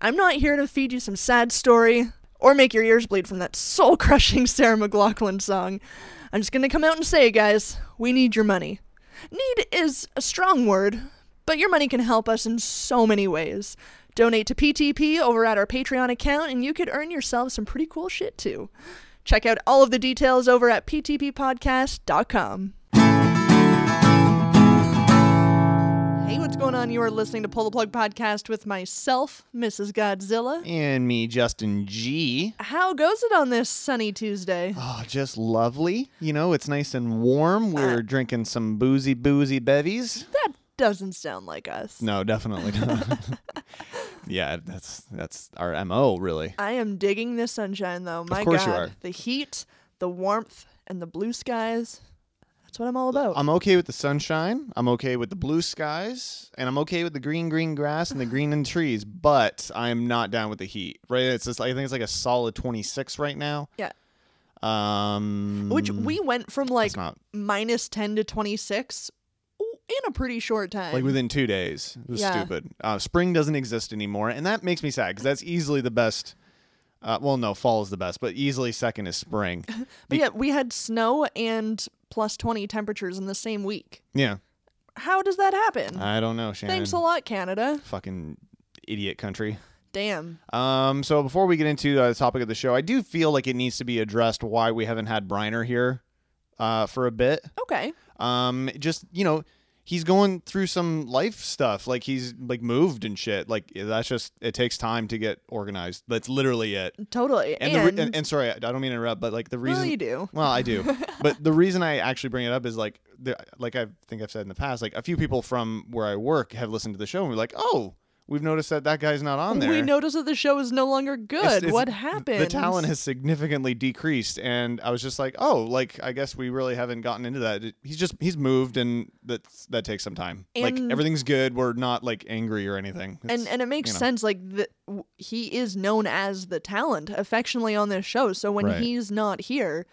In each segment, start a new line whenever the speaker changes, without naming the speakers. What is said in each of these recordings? I'm not here to feed you some sad story or make your ears bleed from that soul crushing Sarah McLaughlin song. I'm just gonna come out and say, guys, we need your money. Need is a strong word, but your money can help us in so many ways. Donate to PTP over at our Patreon account, and you could earn yourself some pretty cool shit too. Check out all of the details over at ptppodcast.com. Hey, what's going on? You are listening to Pull the Plug Podcast with myself, Mrs. Godzilla.
And me, Justin G.
How goes it on this sunny Tuesday?
Oh, just lovely. You know, it's nice and warm. We're drinking some boozy, boozy bevies.
That doesn't sound like us.
No, definitely not. yeah, that's that's our mo, really.
I am digging this sunshine though. My
course
God.
you are.
The heat, the warmth, and the blue skies. That's what I'm all about.
I'm okay with the sunshine. I'm okay with the blue skies, and I'm okay with the green, green grass and the green and trees. But I'm not down with the heat. Right? It's just, I think it's like a solid 26 right now.
yeah.
Um,
Which we went from like
it's not
minus 10 to 26 in a pretty short time.
like within two days. It was
Yeah.
stupid. Uh, spring doesn't exist anymore, and that makes me sad because that's easily the best. Uh, well, no, fall is the best, but easily second is spring.
but yeah, we had snow and plus 20 temperatures in the same week.
yeah,
How does that happen?
I don't know, Shannon.
Thanks a lot, Canada.
Fucking idiot country.
Damn.
Um, so before we get into uh, the topic of the show, I do feel like it needs to be addressed why we haven't had Briner here uh, for a bit.
Okay.
Um, just you know, he's going through some life stuff. Like he's like moved and shit. Like that's just it takes time to get organized. That's literally it.
Totally.
And
And,
the re- and, and sorry, I I don't mean to interrupt, but like the
well,
reason
you do.
well, I do, but the reason I actually bring it up is like, the, like I think I've said in the past, like a few people from where I work have listened to the show and were like, oh, we've noticed that that guy's not on there.
We noticed that the show is no longer good.
It's- it's-
what
th-
happened?
The talent has significantly decreased, and I was just like, oh, like I guess we really haven't gotten into that. It- He's just he's moved, and that that takes some time. like
And-
everything's good. We're not like angry or anything.
and
It's-
and it makes
you know.
sense like the, w- he is known as the talent affectionately on this show so when
Right.
he's not here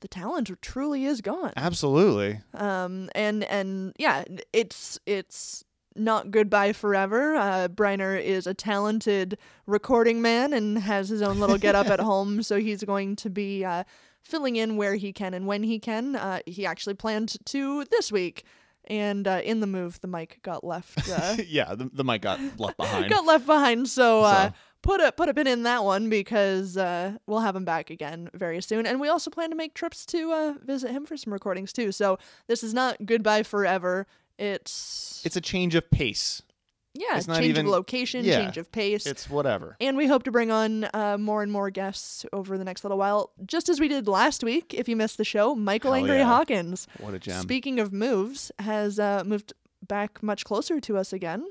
the talent truly is gone
absolutely,
um and and yeah it's it's not goodbye forever uh briner is a talented recording man and has his own little get up at home so he's going to be uh filling in where he can and when he can uh he actually planned to this week and uh, in the move the mic got left uh,
yeah. The, the mic got left behind.
got left behind. So, uh,
So.
put a put a pin in that one because uh, we'll have him back again very soon, and we also plan to make trips to uh, visit him for some recordings too. So this is not goodbye forever. It's,
it's a change of pace.
yeah,
it's not
change
even-
of location,
yeah.
change of pace.
It's whatever.
and we hope to bring on uh, more and more guests over the next little while, just as we did last week. If you missed the show, Michael
Hell
Angry
yeah.
Hawkins,
What a gem.
speaking of moves, has uh, moved back much closer to us again.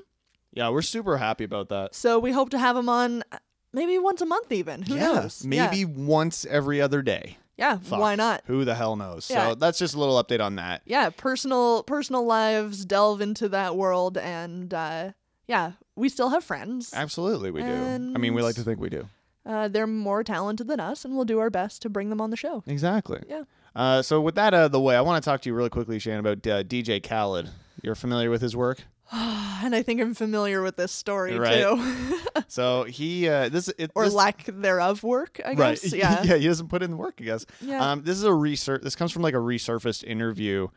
Yeah, we're super happy about that.
So we hope to have him on uh, maybe once a month, even. Who knows? Yeah.
Maybe once every other day.
Yeah.
Fuck.
why not?
Who the hell knows?
Yeah.
So that's just a little update on that.
Yeah. Personal personal lives delve into that world, and uh, yeah, we still have friends.
Absolutely, we do. I mean,
And-
we like to think we do.
Uh, they're more talented than us, and we'll do our best to bring them on the show.
Exactly.
Yeah.
Uh, so with that out of the way, I want to talk to you really quickly, Shannon, about uh, DJ Khaled. You're familiar with his work,
and I think I'm familiar with this story
Right.
too,
so he uh, this it,
or
this-
lack thereof work. I
right?
guess. Yeah.
yeah. He doesn't put in the work, I guess.
Yeah.
Um, this is a research. This comes from like a resurfaced interview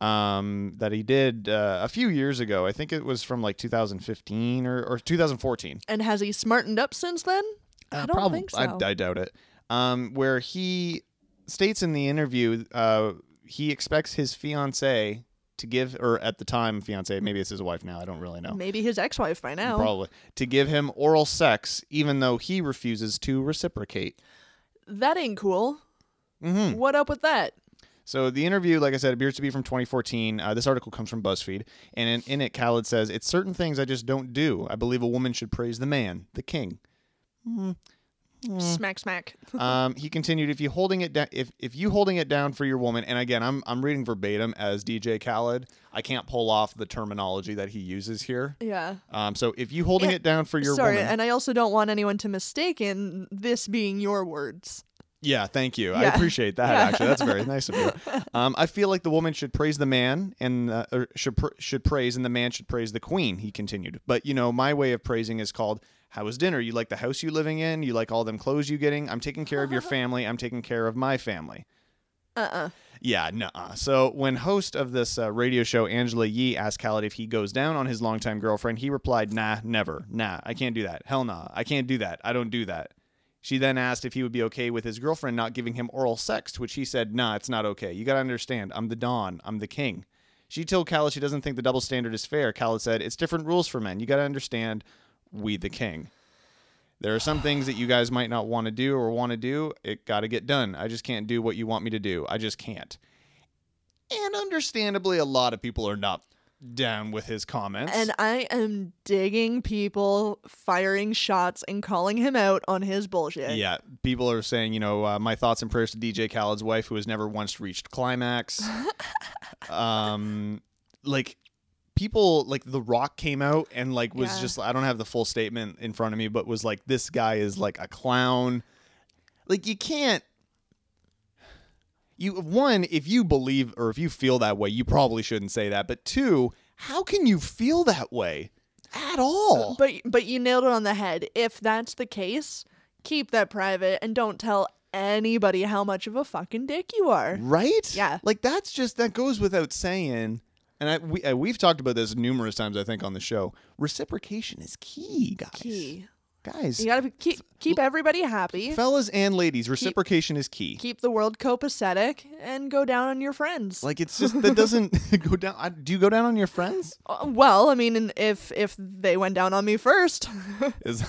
um, that he did uh, a few years ago. I think it was from like 2015 or, or 2014.
and has he smartened up since then? I don't
prob-
think so.
Uh, I, I doubt it. Um, where he states in the interview, uh, he expects his fiance to give, or at the time, fiance, maybe it's his wife now. I don't really know.
Maybe his ex-wife by now.
Probably to give him oral sex, even though he refuses to reciprocate.
That ain't cool.
Mm-hmm.
What up with that?
So the interview, like I said, appears to be from 2014. Uh, this article comes from BuzzFeed, and in, in it, Khaled says, "It's certain things I just don't do. I believe a woman should praise the man, the king." Hmm.
Smack smack.
um, he continued, "If you holding it down, if if you holding it down for your woman, and again, I'm I'm reading verbatim as DJ Khaled. I can't pull off the terminology that he uses here.
Yeah.
Um, so if you holding
Yeah.
it down for your
Sorry,
woman,
and I also don't want anyone to mistake in this being your words.
Yeah, thank you. I
Yeah.
appreciate that.
Yeah.
Actually, that's very nice of you. Um, I feel like the woman should praise the man, and uh, or should pr- should praise, and the man should praise the queen. He continued, but you know, my way of praising is called How was dinner? You like the house you living in? You like all them clothes you getting? I'm taking care of your family. I'm taking care of my family.
Uh-uh.
Yeah, nuh-uh. So when host of this uh, radio show Angela Yee asked Khaled if he goes down on his longtime girlfriend, he replied, "Nah, never. Nah, I can't do that. Hell nah. I can't do that. I don't do that." She then asked if he would be okay with his girlfriend not giving him oral sex, to which he said, "Nah, it's not okay. You gotta understand. I'm the don. I'm the king." She told Khaled she doesn't think the double standard is fair. Khaled said, "It's different rules for men. You gotta understand. We the king." There are some things that you guys might not want to do or want to do. It got to get done. I just can't do what you want me to do. I just can't. And understandably, a lot of people are not down with his comments.
And I am digging people firing shots and calling him out on his bullshit.
yeah, people are saying, you know, uh, my thoughts and prayers to DJ Khaled's wife, who has never once reached climax. um, like people, like The Rock came out and like was
Yeah.
just, I don't have the full statement in front of me, but was like, this guy is like a clown. Like you can't. You one, if you believe or if you feel that way, you probably shouldn't say that. But two, how can you feel that way at all?
But but you nailed it on the head. If that's the case, keep that private and don't tell anybody how much of a fucking dick you are.
Right?
Yeah.
Like that's just that goes without saying. And I, we, uh, we've talked about this numerous times, I think, on the show. Reciprocation is key, guys.
Key.
Guys,
You gotta be, keep keep everybody happy.
fellas and ladies, reciprocation is key.
Keep the world copacetic and go down on your friends.
Like it's just that doesn't go down. I, do you go down on your friends?
Uh, well, I mean, and if if they went down on me first,
Is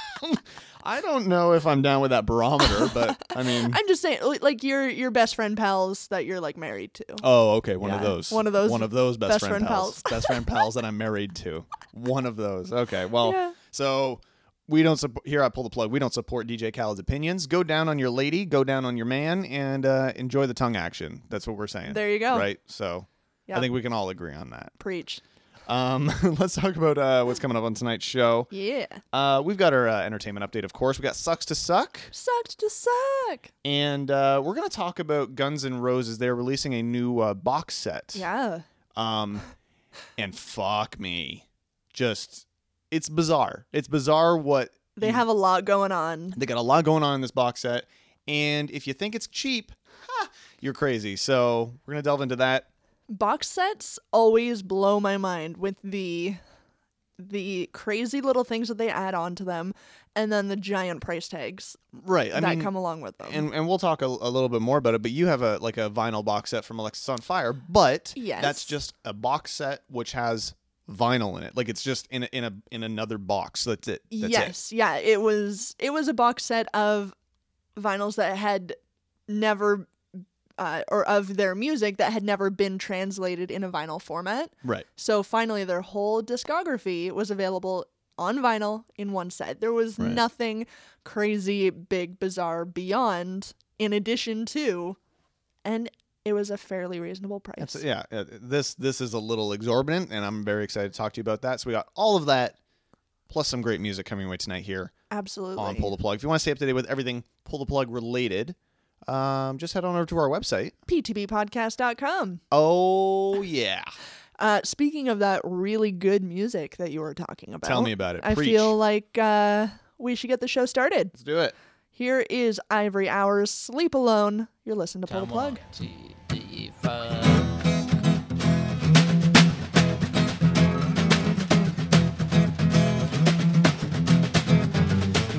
I don't know if I'm down with that barometer, but I mean,
I'm just saying, li- like your your best friend pals that you're like married to.
oh, okay, one of
Yeah.
those,
One of those
one of those best,
best
friend,
friend
pals, best friend pals that I'm married to. One of those. Okay, well,
Yeah.
So we don't support. Here, I pull the plug. We don't support DJ Khaled's opinions. Go down on your lady. Go down on your man, and uh, enjoy the tongue action. That's what we're saying.
There you go.
Right. So I
Yep.
think we can all agree on that.
Preach.
Um, let's talk about uh, what's coming up on tonight's show.
Yeah.
Uh, we've got our uh, entertainment update, of course. We got sucks to suck,
Sucked to suck.
and uh, we're gonna talk about Guns N' Roses. They're releasing a new uh, box set.
Yeah.
Um, and fuck me, just it's bizarre. It's bizarre what
They
you-
have a lot going on.
They got a lot going on in this box set, and if you think it's cheap, ha, you're crazy. So we're gonna delve into that.
Box sets always blow my mind with the the crazy little things that they add on to them and then the giant price tags
Right. I
that
mean,
come along with them.
and and we'll talk a, a little bit more about it. But you have a like a vinyl box set from Alexis on Fire, but
Yes.
that's just a box set which has vinyl in it. Like it's just in a, in a in another box. That's it. That's it.
yes, yeah, it was it was a box set of vinyls that had never uh, or of their music that had never been translated in a vinyl format.
Right.
So finally, their whole discography was available on vinyl in one set. There was
Right.
nothing crazy, big, bizarre beyond, in addition to, and it was a fairly reasonable price.
That's yeah. uh, This this is a little exorbitant, and I'm very excited to talk to you about that. So we got all of that, plus some great music coming away tonight here.
Absolutely.
on Pull the Plug. If you want to stay up to date with everything Pull the Plug related, um, just head on over to our website.
PTBpodcast.com.
Oh, yeah.
Uh, speaking of that really good music that you were talking about,
Tell me about it.
I
Preach.
feel like uh, we should get the show started.
Let's do it.
Here is Ivory Hours Sleep Alone. You're listening to Pull the Plug.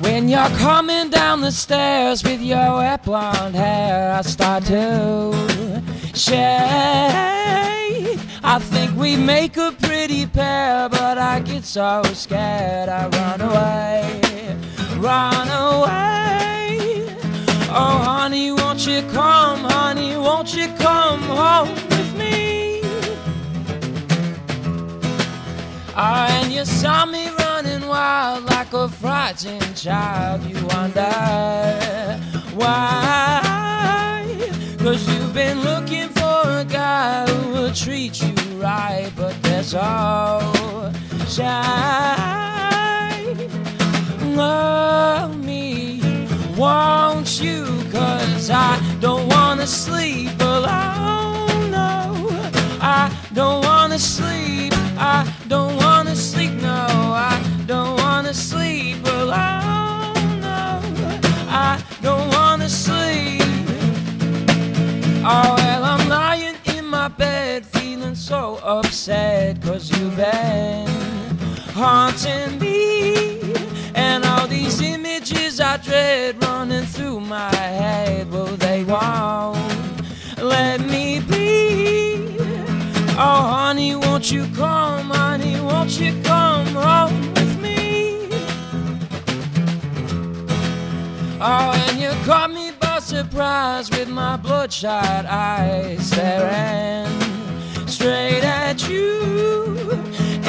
When you're coming down the stairs with your wet blonde hair, I start to shake. I think we make a pretty pair, but I get so scared I run away, run away. Oh, honey, won't you come, honey, won't you come home with me? Ah, and you saw me running wild like a frightened child. You wonder why? Cause you've been looking for a guy who will treat you right, but they're so shy love me, won't you? Cause I don't wanna sleep alone. No, I don't wanna sleep. I don't wanna sleep. No, I don't wanna sleep. Oh, well, I'm lying in my bed feeling so upset cause you've been haunting me. And all these images I dread running through my head, well, they won't let me be. Oh, honey, won't you come, honey, won't you come home with me? Oh, and you caught me by surprise with my bloodshot eyes staring straight at you.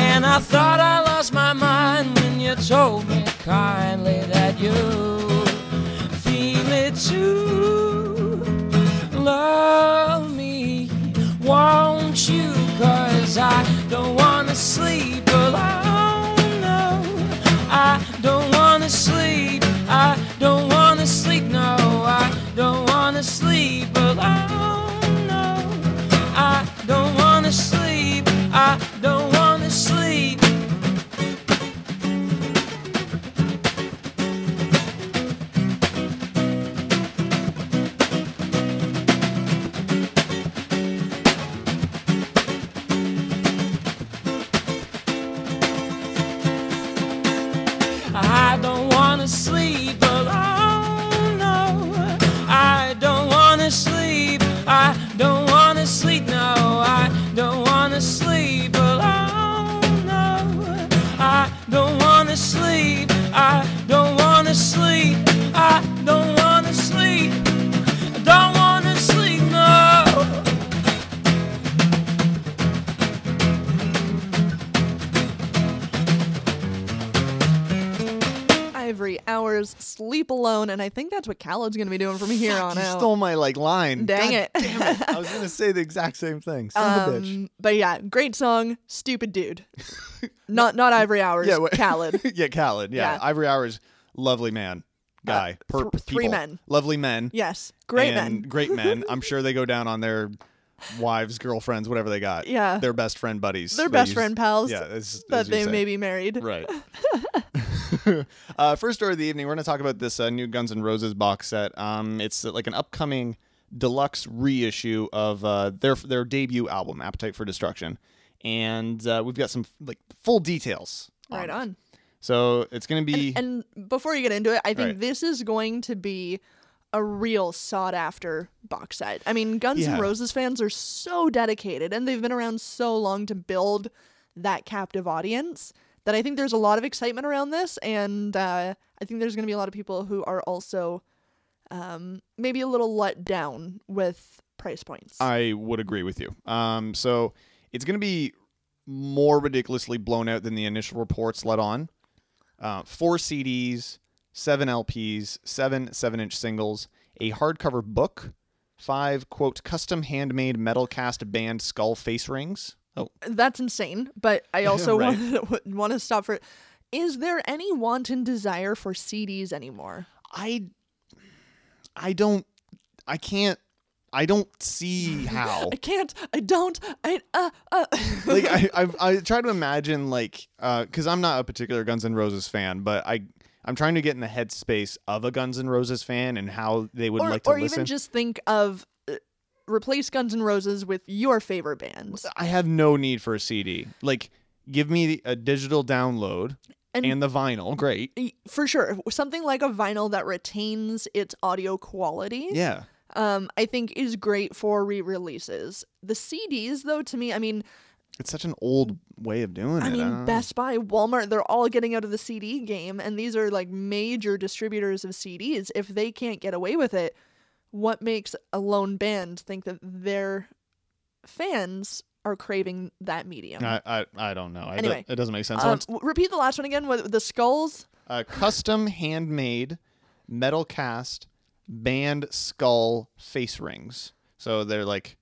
And I thought I lost my mind when you told me kindly that you feel it too. Love me, won't you? Cause I don't wanna sleep alone. No, I don't wanna sleep. I don't wanna sleep. No, I don't wanna sleep alone. No, I don't wanna sleep. I don't wanna sleep. I don't wanna sleep alone. No, I don't wanna sleep. I don't wanna sleep. No, I don't wanna sleep alone. No, I don't wanna sleep. I don't wanna sleep. I don't wanna sleep. I don't wanna sleep. No.
Ivory hours, sleep alone, and I think that's what Khaled's gonna be doing from here on
you
out.
stole my like line.
Dang
God
it.
Damn it! I was gonna say the exact same thing. Son of a bitch.
Um, but yeah, great song, stupid dude. not not Ivory Hours,
Yeah, wait.
Khaled.
yeah, Khaled. Yeah.
Yeah.
Ivory Hours, lovely man, guy, per-
th- three
people.
men.
lovely men.
Yes, great
and
men.
great men. I'm sure they go down on their wives, girlfriends, whatever they got.
Yeah.
their best friend buddies.
They're
They
best
use-
friend pals.
Yeah, as-
But
as you
they
say.
may be married.
right. uh, first story of the evening. We're going to talk about this uh, new Guns N' Roses box set. Um, it's uh, like an upcoming deluxe reissue of uh, their their debut album, Appetite for Destruction, and uh, we've got some like full details.
Right
it.
on.
So it's going to be.
And before you get into it, I think
Right.
this is going to be a real sought after box set. I mean, Guns
Yeah.
N' Roses fans are so dedicated and they've been around so long to build that captive audience that I think there's a lot of excitement around this. And uh, I think there's going to be a lot of people who are also um, maybe a little let down with price points.
I would agree with you. Um, so it's going to be more ridiculously blown out than the initial reports let on. Uh, four CDs, seven LPs, seven seven-inch singles, a hardcover book, five quote custom handmade metal cast band skull face rings. Oh,
That's insane. But I also
Right.
want, want to stop for. Is there any wanton desire for CDs anymore?
I, I don't, I can't, I don't see how.
I can't. I don't. I uh uh.
like I, I I try to imagine like because I'm not a particular Guns N' Roses fan, but I I'm trying to get in the headspace of a Guns N' Roses fan and how they would
or
like to
or
listen.
even just think of uh, replace Guns N' Roses with your favorite bands.
I have no need for a CD. Like, give me a digital download
And-
and, the vinyl. Great.
Y- For sure, something like a vinyl that retains its audio quality,
Yeah.
um, I think is great for re-releases. The CDs, though, to me, I mean,
It's such an old way of doing
I
it.
mean,
don't know.
Best Buy, Walmart, they're all getting out of the CD game, and these are like major distributors of CDs. If they can't get away with it, what makes a lone band think that their fans are craving that medium?
I, I, I don't know. It do-
Anyway.
it, doesn't make sense.
um,
Let's-
w- repeat the last one again with the skulls.
uh, custom handmade metal cast band skull face rings. So they're like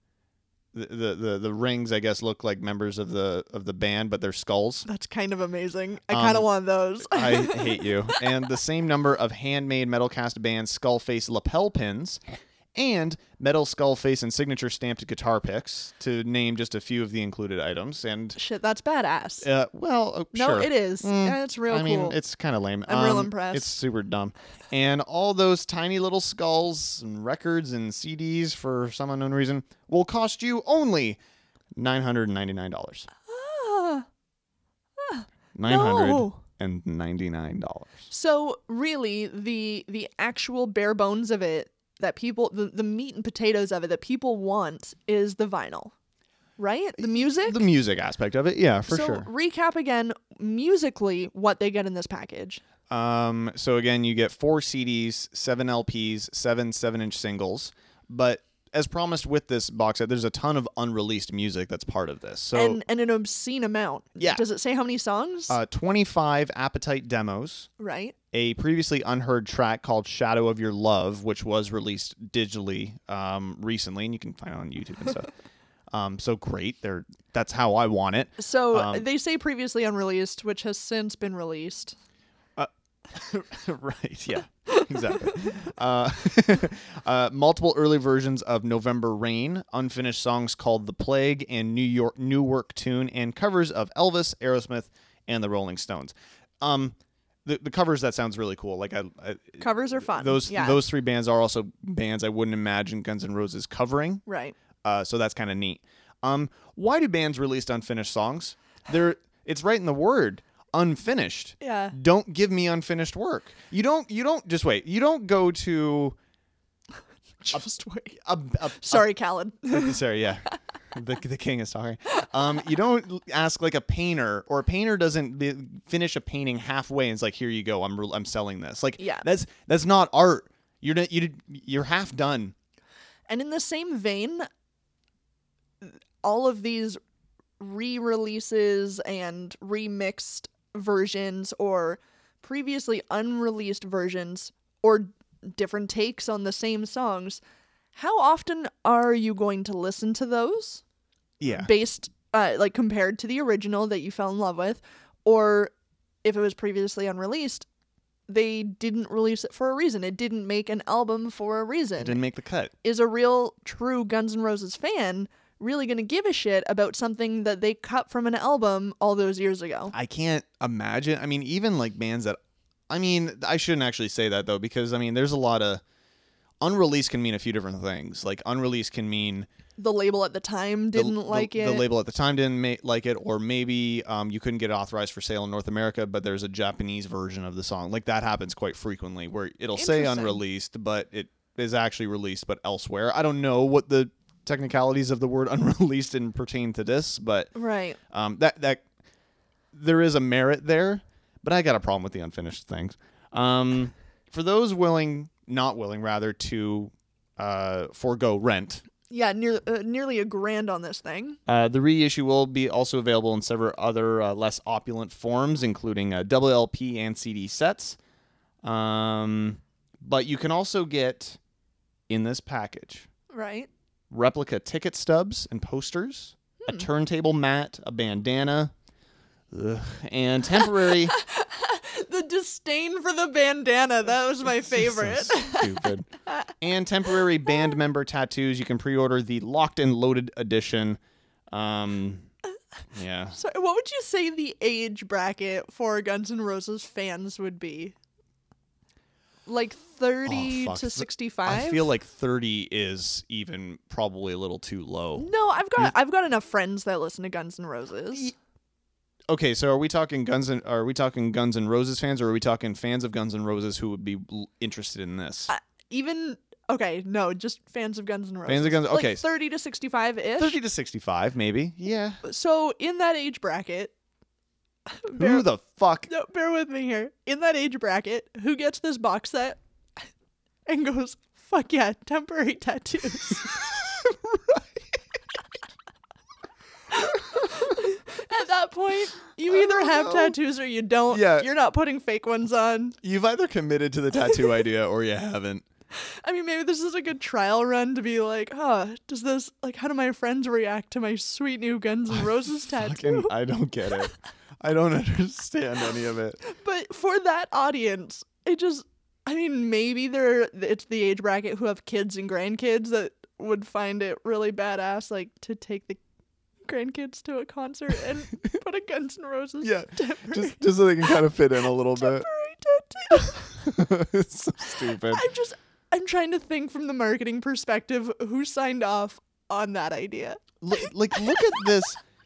the, the the the rings I guess look like members of the of the band but they're skulls.
That's kind of amazing. I kind of
Um,
want those.
I hate you. And the same number of handmade metal cast band skull face lapel pins and metal skull face and signature stamped guitar picks, to name just a few of the included items. And
Shit, that's badass. Mm,
uh, well, uh,
no,
sure.
it is. Yeah, it's real
I
cool.
mean, it's kind of lame.
I'm real
Um,
impressed.
It's super dumb. And all those tiny little skulls and records and CDs for some unknown reason will cost you only nine hundred and ninety nine dollars.
Ah.
Nine hundred and ninety nine dollars.
So really, the the actual bare bones of it that people, the, the meat and potatoes of it that people want is the vinyl, right? The music.
The music aspect of it, yeah, for
so
sure.
recap again musically what they get in this package.
Um, so again, you get four CDs, seven LPs, seven seven-inch singles, but as promised with this box set, there's a ton of unreleased music that's part of this. So
and and an obscene amount.
Yeah.
Does it say how many songs?
uh, 25 Appetite demos,
right.
a previously unheard track called "Shadow of Your Love," which was released digitally um, recently, and you can find it on YouTube and stuff. um, so great, they're that's how I want it.
So
um,
they say previously unreleased, which has since been released.
right. Yeah. Exactly. uh, uh, multiple early versions of "November Rain," unfinished songs called "The Plague" and "New York New Work Tune," and covers of Elvis, Aerosmith, and the Rolling Stones. Um, the, the covers that sounds really cool. Like I, I
Covers are fun.
Um, those
yeah.
those three bands are also bands I wouldn't imagine Guns N' Roses covering.
Right.
Uh, so that's kind of neat. Um, why do bands release unfinished songs? They're it's right in the word unfinished
Yeah.
don't give me unfinished work. You don't you don't just wait. You don't go to
Just wait.
a, a
Sorry, Khaled.
a- sorry, yeah. The, the king is talking. Um, you don't l- ask like a painter, or a painter doesn't b- finish a painting halfway and it's like, here you go, I'm re- I'm selling this. Like,
Yeah.
that's that's not art. You're not, you did- you're half done.
And in the same vein, all of these re releases and remixed versions or previously unreleased versions or different takes on the same songs, how often are you going to listen to those
Yeah,
based, uh, like compared to the original that you fell in love with? Or if it was previously unreleased, they didn't release it for a reason. It didn't make an album for a reason
didn't make the cut.
is a real true Guns N' Roses fan really going to give a shit about something that they cut from an album all those years ago?
I can't imagine. I mean, even like bands that, I mean, I shouldn't actually say that though, because I mean, there's a lot of unreleased can mean a few different things. Like unreleased can mean
The label at the time
the-
didn't
the-
like it.
The label at the time didn't ma- like it, or maybe um, you couldn't get it authorized for sale in North America, but there's a Japanese version of the song. Like that happens quite frequently, where it'll say
Interesting.
unreleased, but it is actually released, but elsewhere. I don't know what the technicalities of the word unreleased didn't pertain to this, but
Right.
um, that that there is a merit there, but I got a problem with the unfinished things. Um, for those willing, not willing, rather to uh, forego rent
Yeah, near, uh, nearly a grand on this thing.
uh, the reissue will be also available in several other uh, less opulent forms, including uh, double LP and CD sets. Um, but you can also get in this package
Right.
replica ticket stubs and posters, a turntable mat, a bandana, ugh, and temporary.
The disdain for the bandana, that was my favorite.
So stupid. and temporary band member tattoos. You can pre-order the locked and loaded edition. Um, yeah.
so, what would you say the age bracket for Guns N' Roses fans would be? Like 30
Oh, fuck.
to
Th-
65?
I feel like 30 is even probably a little too low.
No, I've got I've got enough friends that listen to Guns N' Roses.
Okay, so are we talking Guns and are we talking Guns and Roses fans or are we talking fans of Guns and Roses who would be l- interested in this?
I- even okay, no, just fans of Guns N' Roses.
Fans of Guns-
like
okay.
thirty to sixty-five
30
ish.
to 65 maybe. Yeah.
So in that age bracket,
Who the fuck?
no, bear with me here. In that age bracket, who gets this box set and goes, "Fuck yeah, temporary tattoos." At that point, you either have tattoos or you don't.
Yeah.
You're not putting fake ones on.
You've either committed to the tattoo idea or you haven't.
I mean, maybe this is a good trial run to be like, huh, does this, like, how do my friends react to my sweet new Guns N' Roses tattoo?
Fucking, I don't get it. I don't understand any of it.
But for that audience, it just, I mean, maybe they're it's the age bracket who have kids and grandkids that would find it really badass, like to take the grandkids to a concert and put a Guns N' Roses
Yeah,
temporary,
just just so they can kind of fit in a little bit.
temporary tattoo.
it's so stupid.
I'm just I'm trying to think from the marketing perspective who signed off on that idea.
Look, like, look at this.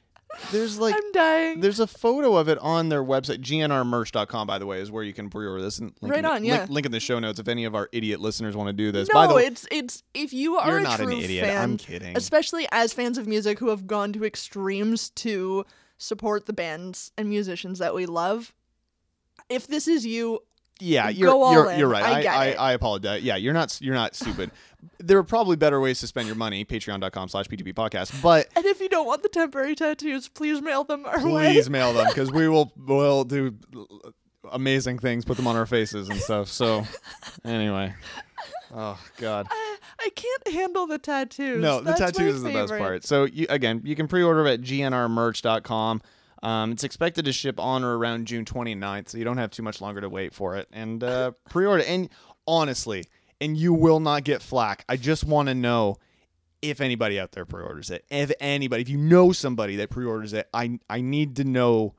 There's like
I'm dying.
There's a photo of it on their website. GNRmerch.com, by the way, is where you can pre-order this. And link
Right
in the-
on, yeah.
Link, link in the show notes if any of our idiot listeners want to do this.
no,
by the way,
it's it's if you are
you're
a
not an
true
idiot.
fan,
I'm kidding.
especially as fans of music who have gone to extremes to support the bands and musicians that we love. If this is you,
yeah, you're
go all
you're,
in.
you're right.
I get
I,
it.
I, apologize. Yeah, you're not you're not stupid. there are probably better ways to spend your money. Patreon.com slash PTP podcast. But
and if you don't want the temporary tattoos, please mail them our way.
please mail them because we will will do amazing things. Put them on our faces and stuff. So anyway, oh god.
I can't handle the tattoos.
No, the
That's my
tattoos is the best
favorite.
part. So you again, you can pre-order it at gnrmerch.com. Um, it's expected to ship on or around June 29th, so you don't have too much longer to wait for it. And uh, pre-order. And honestly, and you will not get flack. I just want to know if anybody out there pre-orders it. If anybody, if you know somebody that pre-orders it, I I need to know.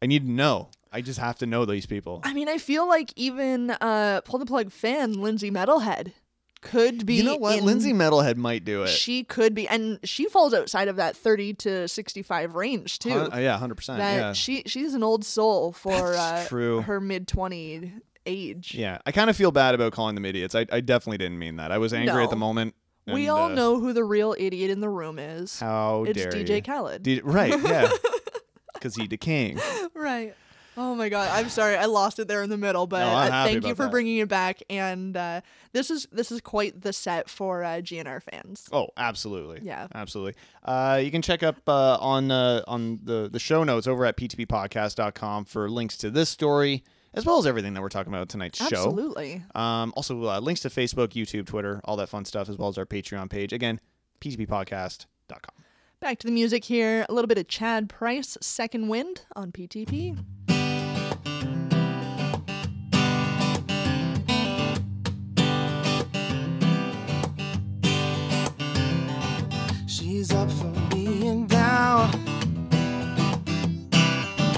I need to know. I just have to know these people.
I mean, I feel like even uh, pull the plug fan Lindsay Metalhead could be.
You know what?
in-
Lindsay Metalhead might do it.
She could be, and she falls outside of that thirty to sixty-five range too.
Hun- uh, yeah, 100%.
that
yeah.
she she's an old soul for
That's
uh,
true.
her mid twenty age.
Yeah, I kind of feel bad about calling them idiots. I, I definitely didn't mean that. I was angry at the
No.
moment.
we
and,
all
uh,
know who the real idiot in the room is.
how
it's
dare
DJ
you.
Khaled.
D- right? Yeah, because he decaying.
right. Oh my god, I'm sorry, I lost it there in the middle, but
No, I'm
uh,
happy
thank you
about
for
that.
bringing it back. And uh, this is this is quite the set for uh, GNR fans.
Oh, absolutely.
Yeah.
absolutely. Uh, you can check up uh, on uh, on the the show notes over at ptppodcast.com for links to this story as well as everything that we're talking about tonight's show.
Absolutely.
Um, also, uh, links to Facebook, YouTube, Twitter, all that fun stuff, as well as our Patreon page. Again, ptppodcast.com.
Back to the music here. A little bit of Chad Price, Second Wind on PTP.
She's up from being down.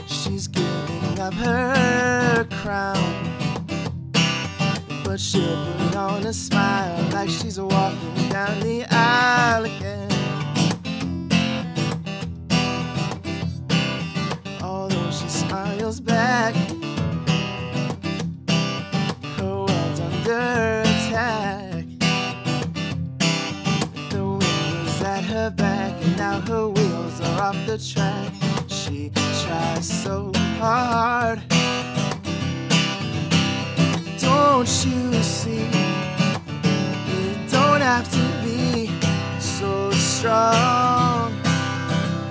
She's giving up her crown. But she'll put on a smile like she's walking down the aisle again. Although she smiles back, her world's under attack. The wind was at her back, and now her wheels are off the track. She tries so hard. Don't you see? You don't have to be so strong.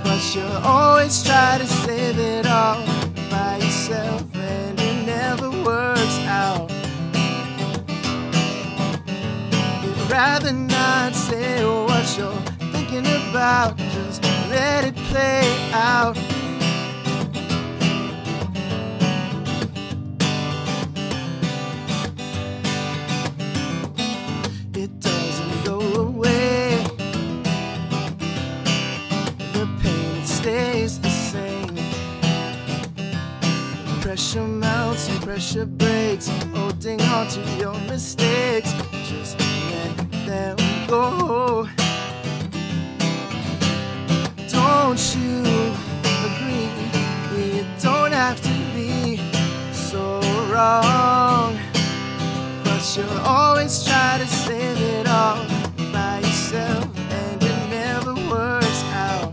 But you'll always try to save it all by yourself, and it never works out. You'd rather not say what you're thinking about. Just let it play out. It doesn't go away. The pain it stays the same. Pressure mounts and pressure breaks. Holding on to your mistakes. Just let them go. Don't you agree? You don't have to be so wrong. But you'll always try to save it all by yourself, and it never works out.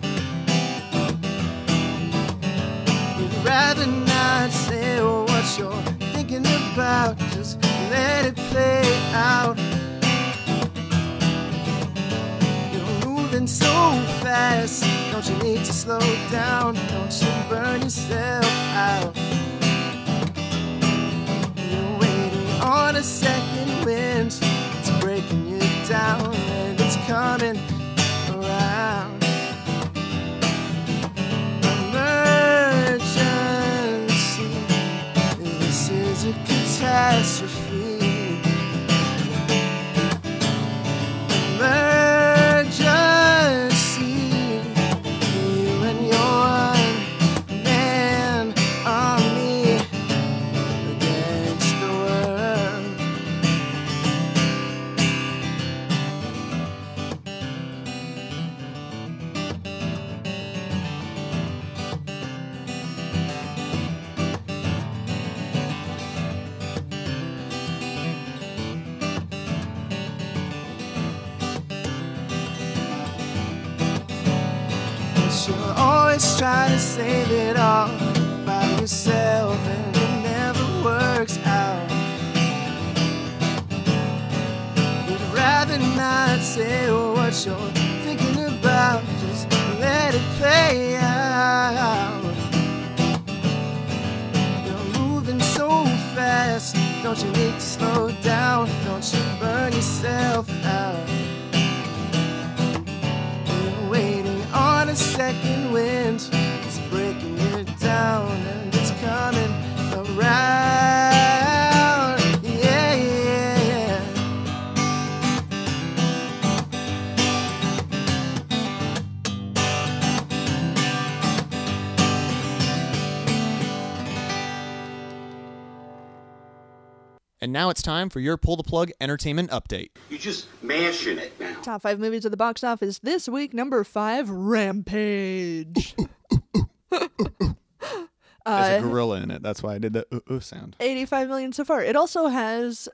You'd rather not say what you're thinking about. Just let it play out. You're moving so fast. Don't you need to slow down? Don't you burn yourself out? You're waiting on a second wind. It's breaking you down and it's coming around. Emergency. This is a catastrophe. always try to save it all by yourself, and it never works out. You'd rather not say what you're thinking about, just let it play out. You're moving so fast, don't you need to slow down? Don't you burn yourself out? You're waiting on a second wind, it's breaking you down and it's coming around. Yeah, yeah, yeah.
And now it's time for your pull the plug entertainment update.
You're just mashing it now.
Top five movies of the box office this week. Number five, Rampage. Uh,
There's a gorilla in it. That's why I did the ooh, ooh sound.
85 million so far. It also has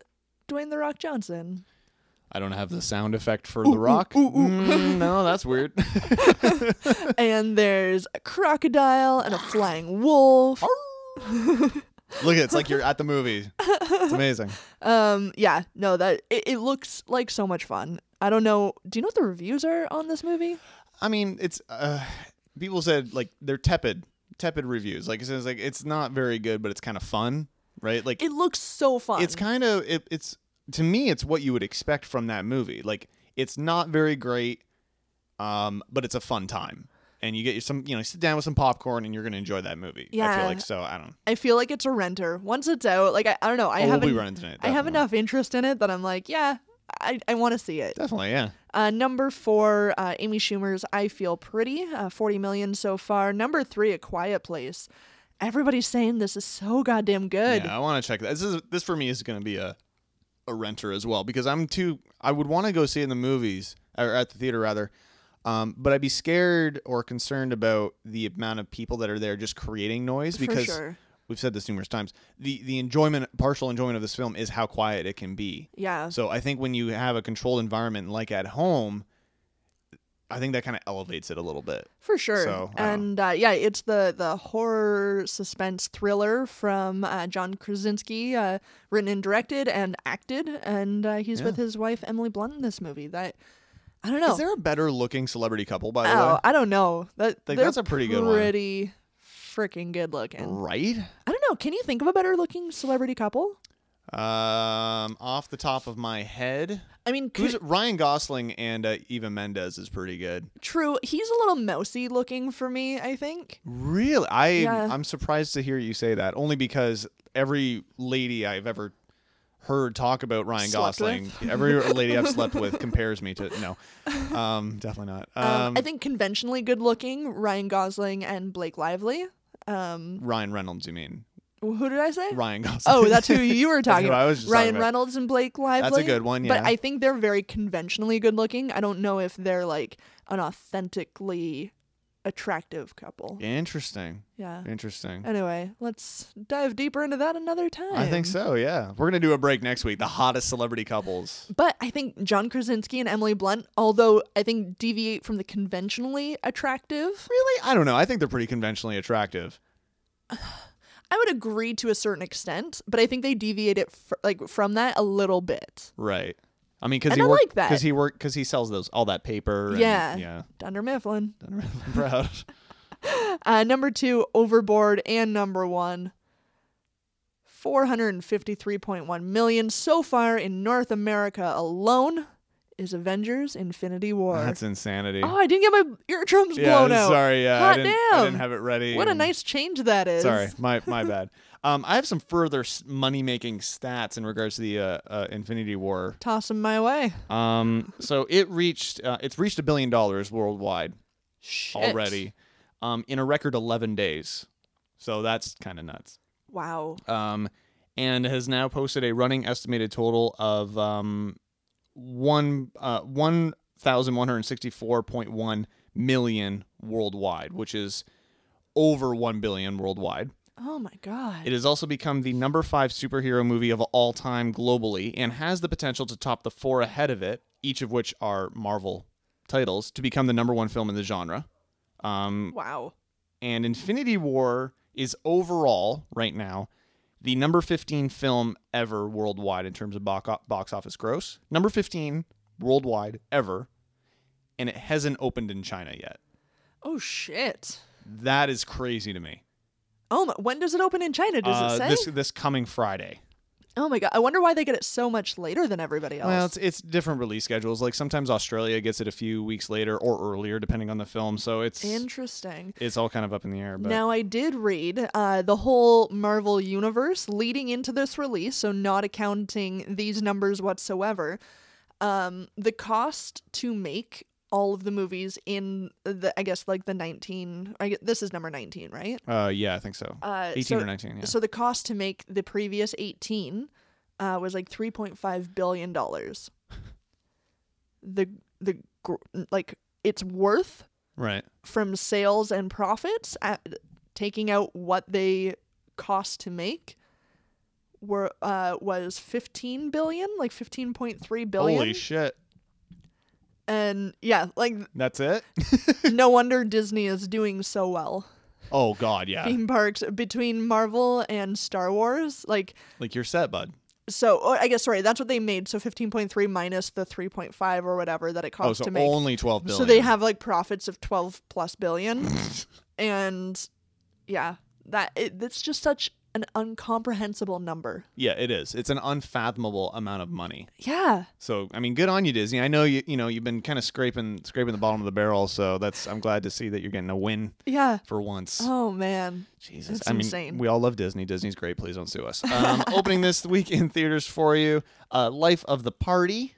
Dwayne The Rock Johnson.
I don't have the sound effect for The Rock. Mm, no, that's weird.
and there's a crocodile and a flying wolf.
Look, it's like you're at the movie. It's amazing.
Um, yeah, no, that it, it looks like so much fun. I don't know. Do you know what the reviews are on this movie?
I mean, it's uh, people said like they're tepid, tepid reviews. Like it says like it's not very good, but it's kind of fun, right? Like
It looks so fun.
it's kind of it, it's to me it's what you would expect from that movie like it's not very great um but it's a fun time and you get your some you know sit down with some popcorn and you're gonna enjoy that movie i
Yeah.
feel like so i don't
I feel like it's a renter. Once it's out, like I, I don't know. I
oh, we'll
have
be
en-
running tonight
I have
definitely.
enough interest in it that I'm like, yeah, I, I want to see it.
definitely yeah
Uh, number four, uh, Amy Schumer's I Feel Pretty, uh, 40 million so far. Number three, A Quiet Place. Everybody's saying this is so goddamn good.
yeah i want to check that this is this for me is gonna be a a renter as well because i'm too i would want to go see it in the movies or at the theater rather um, but I'd be scared or concerned about the amount of people that are there just creating noise
for
because
sure.
we've said this numerous times the the enjoyment partial enjoyment of this film is how quiet it can be
Yeah.
so i think when you have a controlled environment like at home i think that kind of elevates it a little bit
For sure.
So, I don't
and uh, yeah, it's the the horror suspense thriller from uh, John Krasinski, uh, written and directed and acted, and uh, he's with his wife Emily Blunt in this movie. That I don't know.
is there a better looking celebrity couple by the
oh,
way
I don't know. That they're
Like, that's a pretty good one.
Pretty freaking good looking.
right
I don't know. Can you think of a better looking celebrity couple?
um off the top of my head
I mean, could,
who's ryan gosling and uh, eva Mendes is pretty good
true. He's a little mousy looking for me. I think.
Really, I
Yeah.
I'm surprised to hear you say that. Only because every lady I've ever heard talk about Ryan
Slept
Gosling,
with.
every lady I've slept with compares me to no, um, definitely not. Um,
Um, I think conventionally good looking Ryan Gosling and Blake Lively. Um,
Ryan Reynolds. You mean
who did I say?
Ryan Gosling?
Oh, that's who you were
That's
talking
who I
about.
was just talking
Ryan
about.
Reynolds and Blake Lively.
good one, yeah.
But I think they're very conventionally good looking. I don't know if they're like an authentically attractive couple.
Interesting.
Yeah.
Interesting.
Anyway, let's dive deeper into that another time.
I think so. Yeah, we're gonna do a break next week. The hottest celebrity couples.
But I think John Krasinski and Emily Blunt, although I think deviate from the conventionally attractive,
Really, I don't know. I think they're pretty conventionally attractive.
I would agree to a certain extent. But I think they deviate it fr- like from that a little bit.
Right. I mean, because
And
he
I
work
like that.
because he work because he sells those all that paper. and-
Yeah.
yeah.
Dunder Mifflin.
I'm proud.
Uh, number two, Overboard, and number one, 453.1 million so far in North America alone is Avengers Infinity War.
That's insanity.
oh, I didn't get my eardrums
yeah,
blown out.
sorry. Yeah,
Hot
I, didn't, I
damn.
didn't have it ready.
What a
and-
nice change that is.
Sorry, my my bad. Um, I have some further money making stats in regards to the uh, uh, Infinity War.
Toss them my way.
Um, so it reached uh, it's reached a billion dollars worldwide
Shit.
already, um, in a record eleven days. So that's kind of nuts.
Wow.
Um, and has now posted a running estimated total of um, one uh, one thousand one hundred sixty four point one million worldwide, which is over one billion worldwide.
Oh my God.
It has also become the number five superhero movie of all time globally and has the potential to top the four ahead of it, each of which are Marvel titles, to become the number one film in the genre. Um,
wow.
and Infinity War is overall right now the number 15 film ever worldwide in terms of box box office gross. Number 15 worldwide ever, and it hasn't opened in China yet.
Oh shit.
That is crazy to me.
Oh my, when does it open in China? Does
Uh,
it say?
This this coming Friday.
oh my god! I wonder why they get it so much later than everybody else.
Well, it's it's different release schedules. Like sometimes Australia gets it a few weeks later or earlier, depending on the film. So it's
Interesting.
it's all kind of up in the air. But
Now, I did read uh, the whole Marvel universe leading into this release, so not accounting these numbers whatsoever. Um, the cost to make all of the movies in the, I guess, like the 19, I gue- this is number 19, right?
uh, yeah, I think so.
Uh,
18
so-
or 19. Yeah.
So the cost to make the previous 18 uh, was like 3.5 billion dollars. The the gr- like its worth
right.
from sales and profits at taking out what they cost to make were uh was 15 billion like 15.3 billion
Holy shit.
and yeah like
That's it?
no wonder disney is doing so well
oh god, yeah.
theme parks between marvel and star wars like
Like you're set, bud.
so or i guess sorry that's what they made so 15.3 minus the 3.5 or whatever that it
Oh,
costs
so
to make
only 12 billion.
so they have like profits of 12 plus billion and yeah that it, that's just such an uncomprehensible number
Yeah, it is. It's an unfathomable amount of money.
yeah
So, I mean, good on you Disney. I know you you know, you've been kind of scraping scraping the bottom of the barrel, so that's I'm glad to see that you're getting a win
yeah
for once.
oh man
Jesus,
It's
I mean,
insane.
we all love Disney. Disney's great. Please don't sue us. Um, opening this week in theaters for you, uh, Life of the Party.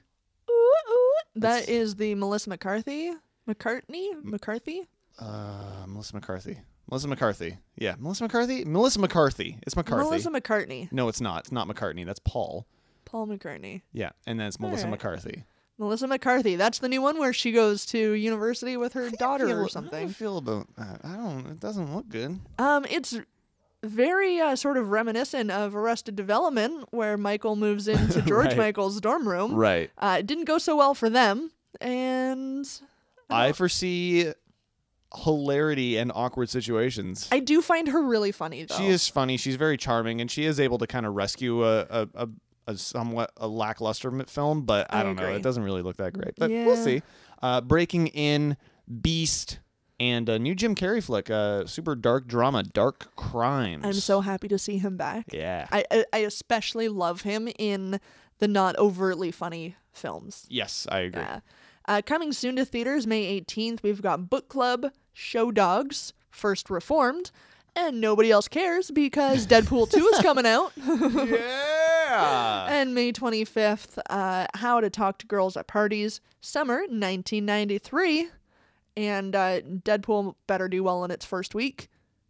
ooh, ooh. that is the melissa mccarthy mccartney mccarthy
Uh, Melissa McCarthy. Melissa McCarthy. Yeah, Melissa McCarthy. Melissa McCarthy. It's McCarthy.
melissa mccartney
no, it's not. It's not McCartney. That's Paul.
paul mccartney
Yeah, and then it's Melissa
right.
McCarthy.
melissa mccarthy that's the new one where she goes to university with her daughter
Feel- how do
or
you
something
feel about that? I don't. It doesn't look good.
Um, it's very uh, sort of reminiscent of Arrested Development, where Michael moves into George
Right.
Michael's dorm room.
Right.
Uh, it didn't go so well for them, and
I foresee hilarity and awkward situations.
I do find her really funny though.
She is funny. She's very charming, and she is able to kind of rescue a a, a, a somewhat a lackluster mi- film. But I,
I
don't know.
agree.
It doesn't really look that great. But we'll
Yeah.
see. Uh, breaking in Beast and a new Jim Carrey flick, uh, super dark drama, Dark Crimes.
I'm so happy to see him back.
yeah.
I, I I especially love him in the not overtly funny films.
yes, I agree.
Yeah. Uh, coming soon to theaters May 18th, we've got Book Club, Show Dogs, First Reformed, and Nobody Else Cares because Deadpool 2 is coming out.
Yeah.
and May 25th, uh, How to Talk to Girls at Parties, Summer 1993. And uh, Deadpool better do well in its first week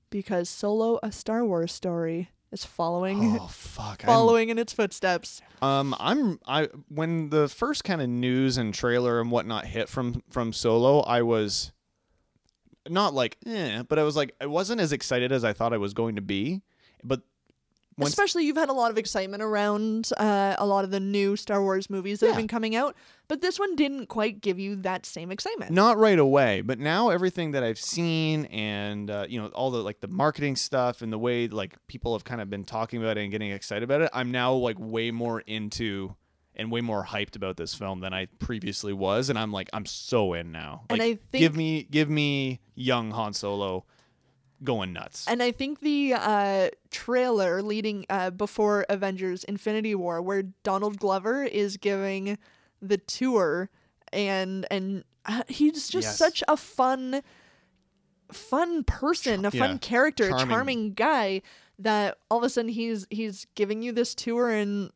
because Solo, a Star Wars story, is following.
Oh fuck! I'm-
Following in its footsteps.
Um, I'm I when the first kind of news and trailer and whatnot hit from from Solo, I was not like eh, but I was like I wasn't as excited as I thought I was going to be. But once
Especially, you've had a lot of excitement around uh, a lot of the new Star Wars movies that have
Yeah.
been coming out, but this one didn't quite give you that same excitement.
not right away, but now everything that I've seen and uh, you know all the like the marketing stuff and the way like people have kind of been talking about it and getting excited about it, I'm now like way more into and way more hyped about this film than I previously was, and I'm like I'm so in now.
And
Like,
I think-
give me give me young Han Solo going nuts.
And I think the uh, trailer leading uh, before Avengers Infinity War, where Donald Glover is giving the tour, and and uh, he's just
Yes.
such a fun, fun person, a fun
yeah.
character, a
Charming.
charming guy. That all of a sudden he's he's giving you this tour, and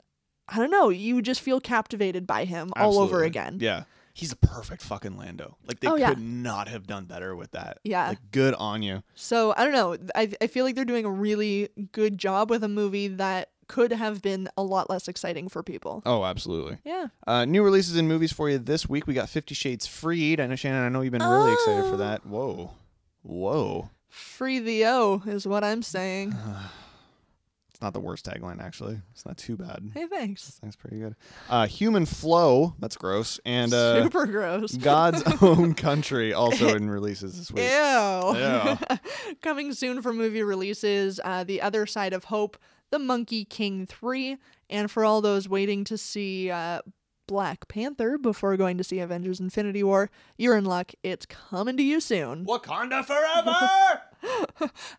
I don't know, you just feel captivated by him all over
Absolutely.
again.
Yeah. He's a perfect fucking Lando. Like they
Oh,
could
yeah.
not have done better with that.
Yeah.
Like good on you.
So I don't know. I I feel like they're doing a really good job with a movie that could have been a lot less exciting for people.
Oh, absolutely.
Yeah.
Uh, new releases and movies for you this week. We got Fifty Shades Freed. I know Shannon. I know you've been really excited for
Oh.
that. Whoa, whoa.
Free the O is what I'm saying.
not the worst tagline, actually. It's not too bad.
Hey, thanks.
That's pretty good. Uh, human flow. That's gross. And uh,
Super gross.
God's own country also in releases this
Ew.
week. Yeah.
Coming soon for movie releases uh, The Other Side of Hope, The Monkey King 3, and for all those waiting to see uh, Black Panther before going to see Avengers Infinity War, you're in luck. It's coming to you soon.
Wakanda forever.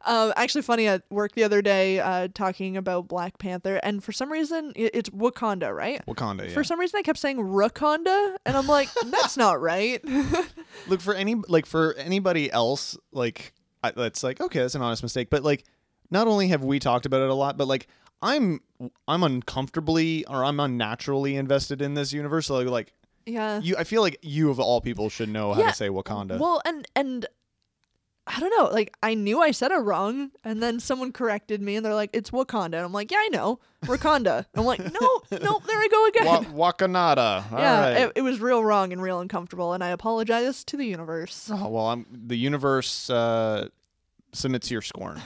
Uh, actually, funny at work the other day uh, talking about Black Panther, and for some reason, i- it's Wakanda, right?
Wakanda. Yeah.
For some reason, I kept saying Rakonda, and I'm like, that's not right.
Look for any like for anybody else like I, that's like okay, that's an honest mistake. But like, not only have we talked about it a lot, but like I'm I'm uncomfortably or I'm unnaturally invested in this universe. So like
yeah.
you, I feel like you of all people should know how
Yeah,
to say Wakanda.
Well, and and I don't know. Like I knew I said it wrong, and then someone corrected me, and they're like, "It's Wakanda," and I'm like, "Yeah, I know, Wakanda." And I'm like, "No, no, there I go again."
Wa- Wakanada. All
yeah,
right.
it, it was real wrong and real uncomfortable, and I apologize to the universe.
Oh, well, I'm the universe uh, submits your scorn.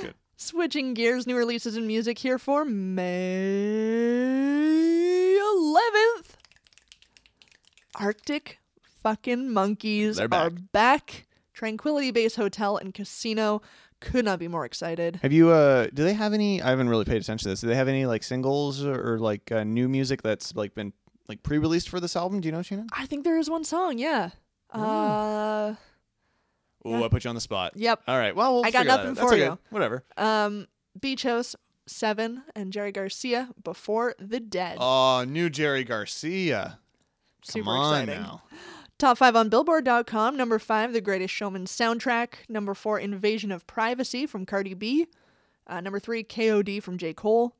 good.
Switching gears, new releases in music here for May 11th. Arctic fucking monkeys
They're
are
back.
back. Tranquility Base Hotel and Casino. Could not be more excited.
Have you? Uh, do they have any? I haven't really paid attention to this. Do they have any like singles or, or, like uh, new music that's like been like pre-released for this album? Do you know, Shannon?
I think there is one song, yeah. Uh,
Oh, I put you on the spot.
Yep.
All right. Well, we'll
I got
figure that
nothing
out. That's
for
okay.
you.
Whatever.
um, Beach House 7 and Jerry Garcia, Before the Dead.
Oh, new Jerry Garcia.
Super
Come on
exciting.
now.
Top five on Billboard.com. Number five, The Greatest Showman soundtrack. Number four, Invasion of Privacy from Cardi B. Uh, number three, KOD from J. Cole.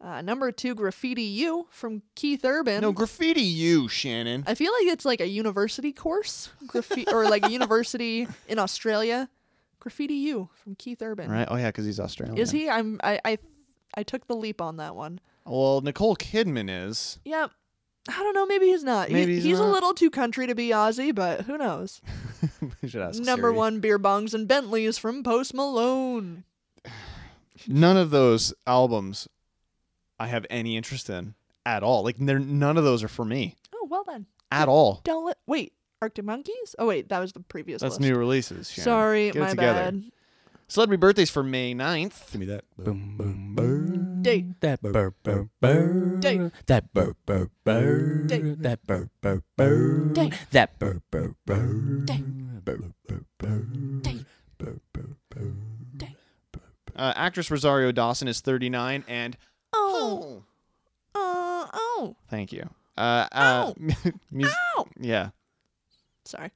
Uh, number two, Graffiti U from Keith Urban.
No graffiti, you Shannon.
I feel like it's like a university course, graffi- or like a university in Australia. Graffiti U from Keith Urban.
Right. Oh yeah, because he's Australian.
Is he? I'm. I, I. I took the leap on that one.
Well, Nicole Kidman is.
Yeah. I don't know. Maybe he's not. He-
Maybe
he's
he's
a
not.
little too country to be Aussie, but who knows?
we should ask
Number
Siri.
one beer bongs and Bentleys from Post Malone.
none of those albums I have any interest in at all. Like they're, none of those are for me
Oh well then.
at all.
Don't let wait. Arctic Monkeys? Oh wait, that was the previous list.
That's
Mm.
new releases. Shannon.
Sorry,
Get it
my
together.
bad.
Celebrity birthdays for May 9th.
Give me that boom boom burr.
Day.
That burr burr burr.
Day.
That burr burr burr.
Day.
That burr burr burr.
Day.
That burr burr burr.
Day.
Burr burr burr.
Day.
Burr burr burr.
Uh, actress Rosario Dawson is 39 and
Oh. Uh, oh.
Thank you. Uh, uh,
Ow.
mus-
Ow.
yeah,
Sorry.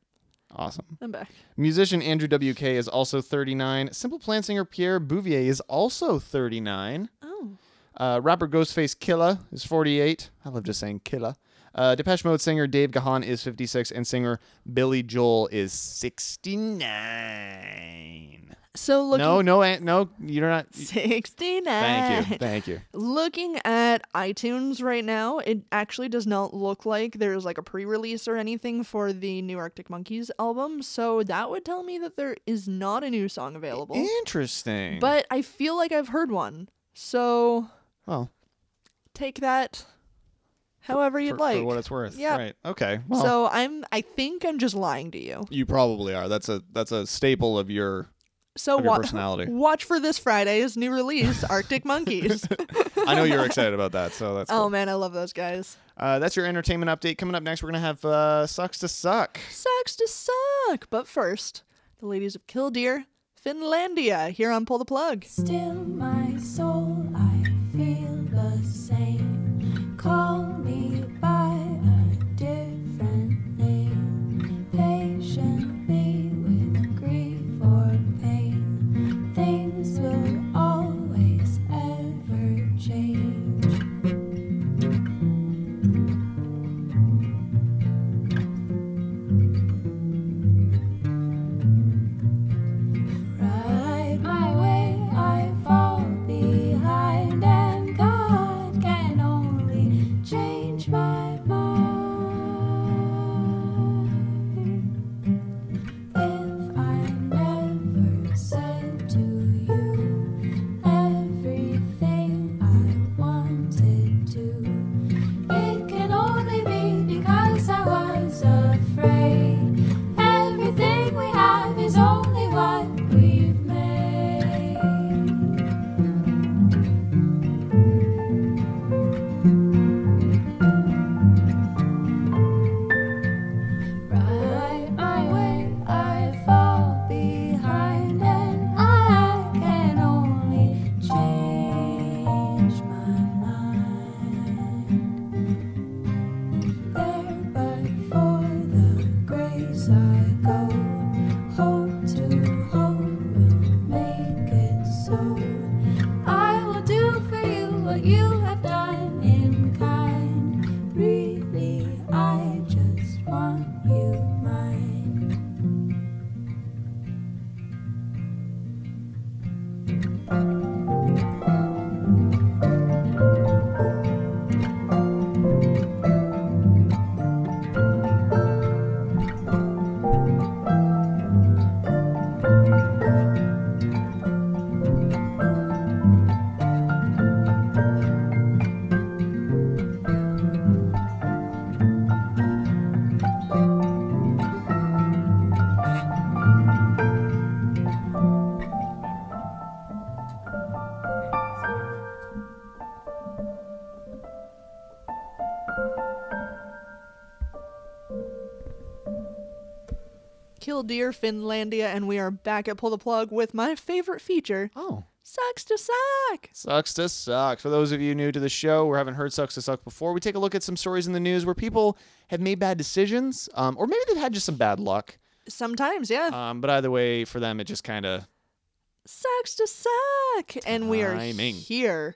awesome.
I'm back.
Musician Andrew WK is also 39. Simple Plan singer Pierre Bouvier is also 39.
Oh.
Uh, rapper Ghostface Killa is 48. I love just saying Killa. Uh, Depeche Mode singer Dave Gahan is 56, and singer Billy Joel is 69.
So looking
No, no, an- no, you're not.
69.
Thank you, thank you.
Looking at iTunes right now, it actually does not look like there's like a pre-release or anything for the new Arctic Monkeys album, so that would tell me that there is not a new song available.
Interesting.
But I feel like I've heard one. So
well,
take that however
for,
you'd
for
like.
what it's worth,
Yeah.
right? Okay. Well,
so I'm I think I'm just lying to you.
you probably are. That's a that's a staple of your.
So
Of your
wa-
personality.
watch for this Friday's new release, Arctic Monkeys.
I know you're excited about that, so that's.
oh
cool.
man, I love those guys.
Uh, that's your entertainment update. Coming up next, we're gonna have uh, sucks to suck.
Sucks to suck. But first, the ladies of Killdeer, Finlandia, here on Pull the Plug.
Still, my soul, I feel the same. Call me by a different name. Patiently with grief or pain, things will always ever change. Ride my way, I fall behind.
Kill Deer Finlandia, and we are back at Pull the Plug with my favorite feature
Oh.
Sucks to Suck!
Sucks to suck. For those of you new to the show or haven't heard Sucks to Suck before, we take a look at some stories in the news where people have made bad decisions, um, or maybe they've had just some bad luck.
Sometimes, yeah.
Um, but either way, for them, it just kind of
Sucks to Suck! And we are
Timing.
here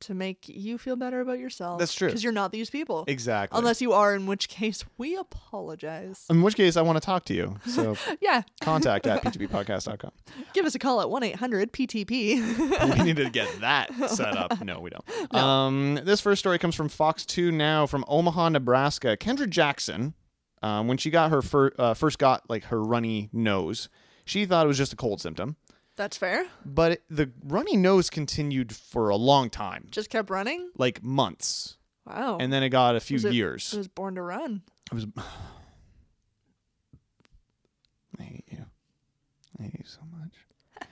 to make you feel better about yourself.
That's true.
Because you're not these people.
exactly.
Unless you are, in which case we apologize.
in which case, I want to talk to you. So
Yeah,
contact at p2ppodcast.com.
give us a call at 1 800 PTP.
we need to get that set up. No, we don't. Um, this first story comes from Fox 2 Now from Omaha, Nebraska. Kendra Jackson, um, when she got her fir- uh, first got like her runny nose, she thought it was just a cold symptom,
That's fair.
but it- the runny nose continued for a long time,
Just kept running.
like months,
Wow.
and then it got a few
Was it-
years.
It was born to run.
I was. I hate you. I hate you so much.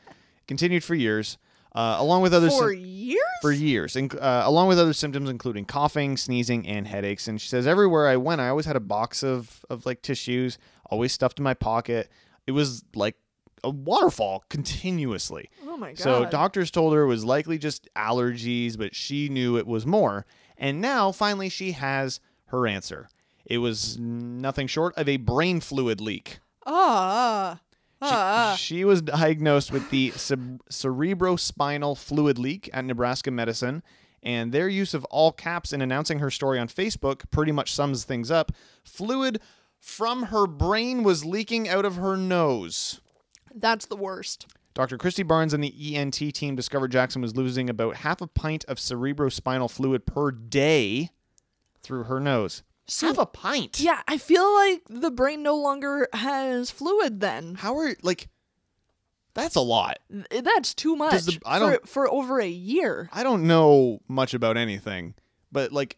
Continued for years, uh, along with other sym-
For years?
for years, inc- uh, along with other symptoms including coughing, sneezing, and headaches. And she says, everywhere I went, I always had a box of of like tissues, always stuffed in my pocket. It was like a waterfall continuously.
Oh my god.
So doctors told her it was likely just allergies, but she knew it was more. And now finally she has her answer. It was nothing short of a brain fluid leak.
Ah.
She,
Ah.
she was diagnosed with the ceb- cerebrospinal fluid leak at Nebraska Medicine, and their use of all caps in announcing her story on Facebook pretty much sums things up. Fluid from her brain was leaking out of her nose.
That's the worst.
Dr. Christy Barnes and the ENT team discovered Jackson was losing about half a pint of cerebrospinal fluid per day through her nose. half a pint?
Yeah, I feel like the brain no longer has fluid then.
How are like? That's a lot.
Th- That's too much.
Does the- I
for,
don't-
for over a year.
I don't know much about anything, but like,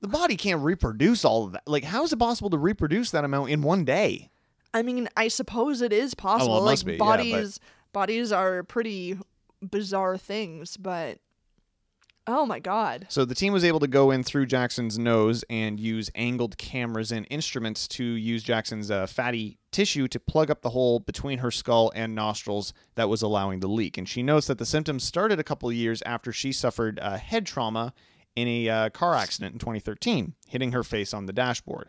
the body can't reproduce all of that. Like, how is it possible to reproduce that amount in one day?
I mean, I suppose it is possible. like
Oh, must be, yeah, but-
bodies bodies are pretty bizarre things, but oh my god.
So the team was able to go in through Jackson's nose and use angled cameras and instruments to use Jackson's uh, fatty tissue to plug up the hole between her skull and nostrils that was allowing the leak. And she notes that the symptoms started a couple of years after she suffered uh, head trauma in a uh, car accident in 2013, hitting her face on the dashboard.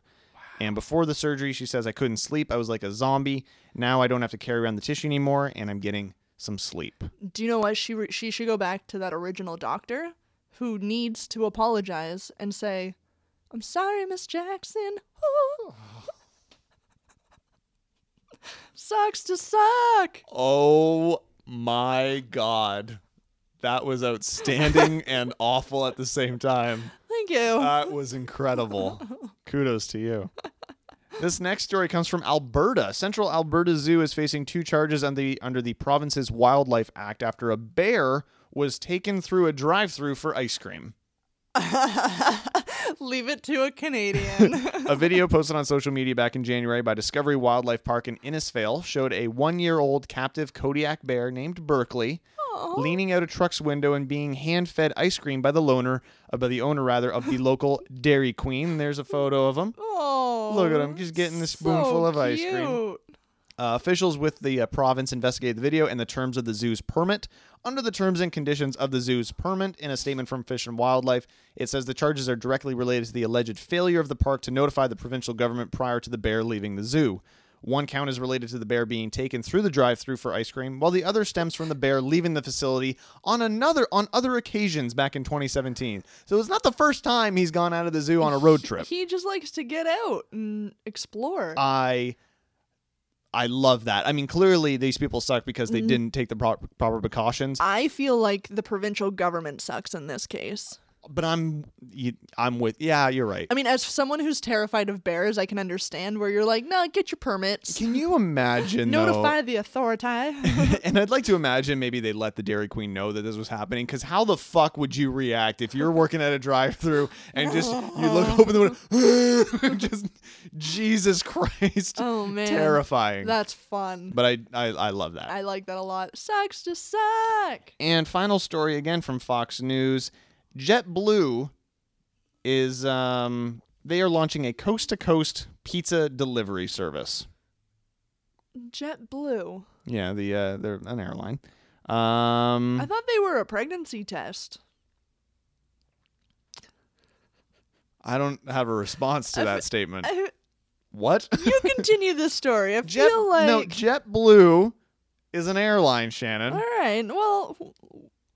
And before the surgery, she says, I couldn't sleep. I was like a zombie. Now I don't have to carry around the tissue anymore, and I'm getting some sleep.
Do you know what she re- she should go back to that original doctor who needs to apologize and say, "I'm sorry, Miss Jackson." Oh. Sucks to suck.
Oh my god. That was outstanding and awful at the same time.
Thank you.
That was incredible. Kudos to you. This next story comes from Alberta. Central Alberta Zoo is facing two charges under the, under the province's Wildlife Act after a bear was taken through a drive-through for ice cream. Uh.
Leave it to a Canadian.
A video posted on social media back in January by Discovery Wildlife Park in Innisfail showed a one year old captive Kodiak bear named Berkeley leaning out a truck's window and being hand fed ice cream by the loner, uh, by the owner rather, of the local Dairy Queen. There's a photo of him.
oh,
Look at him, just getting a spoonful
so
of ice cream.
cute.
Uh, officials with the uh, province investigated the video and the terms of the zoo's permit. Under the terms and conditions of the zoo's permit, in a statement from Fish and Wildlife, it says the charges are directly related to the alleged failure of the park to notify the provincial government prior to the bear leaving the zoo. One count is related to the bear being taken through the drive-through for ice cream, while the other stems from the bear leaving the facility on another on other occasions back in 2017. So it's not the first time he's gone out of the zoo on a road trip.
He just likes to get out and explore.
Uh, I I love that. I mean, clearly these people suck because they didn't take the pro- proper precautions.
Mm-hmm. I feel like the provincial government sucks in this case.
But I'm you, I'm with yeah, you're right.
I mean, as someone who's terrified of bears, I can understand where you're like, no, get your permits.
Can you imagine
Notify the authority.
though? and I'd like to imagine maybe they let the Dairy Queen know that this was happening because how the fuck would you react if you're working at a drive-through and just you look open the window, just Jesus Christ,
Oh, man.
terrifying.
That's fun.
but I, I I love that.
I like that a lot. Sucks to suck.
And final story again from Fox News JetBlue is um, they are launching a coast to coast pizza delivery service.
JetBlue.
Yeah, the uh, they're an airline. Um,
I thought they were a pregnancy test.
I don't have a response to
I
that
f-
statement.
I-
what?
Uh, you continue this story. I
Jet,
feel like.
no, JetBlue is an airline, Shannon.
All right. Well, w-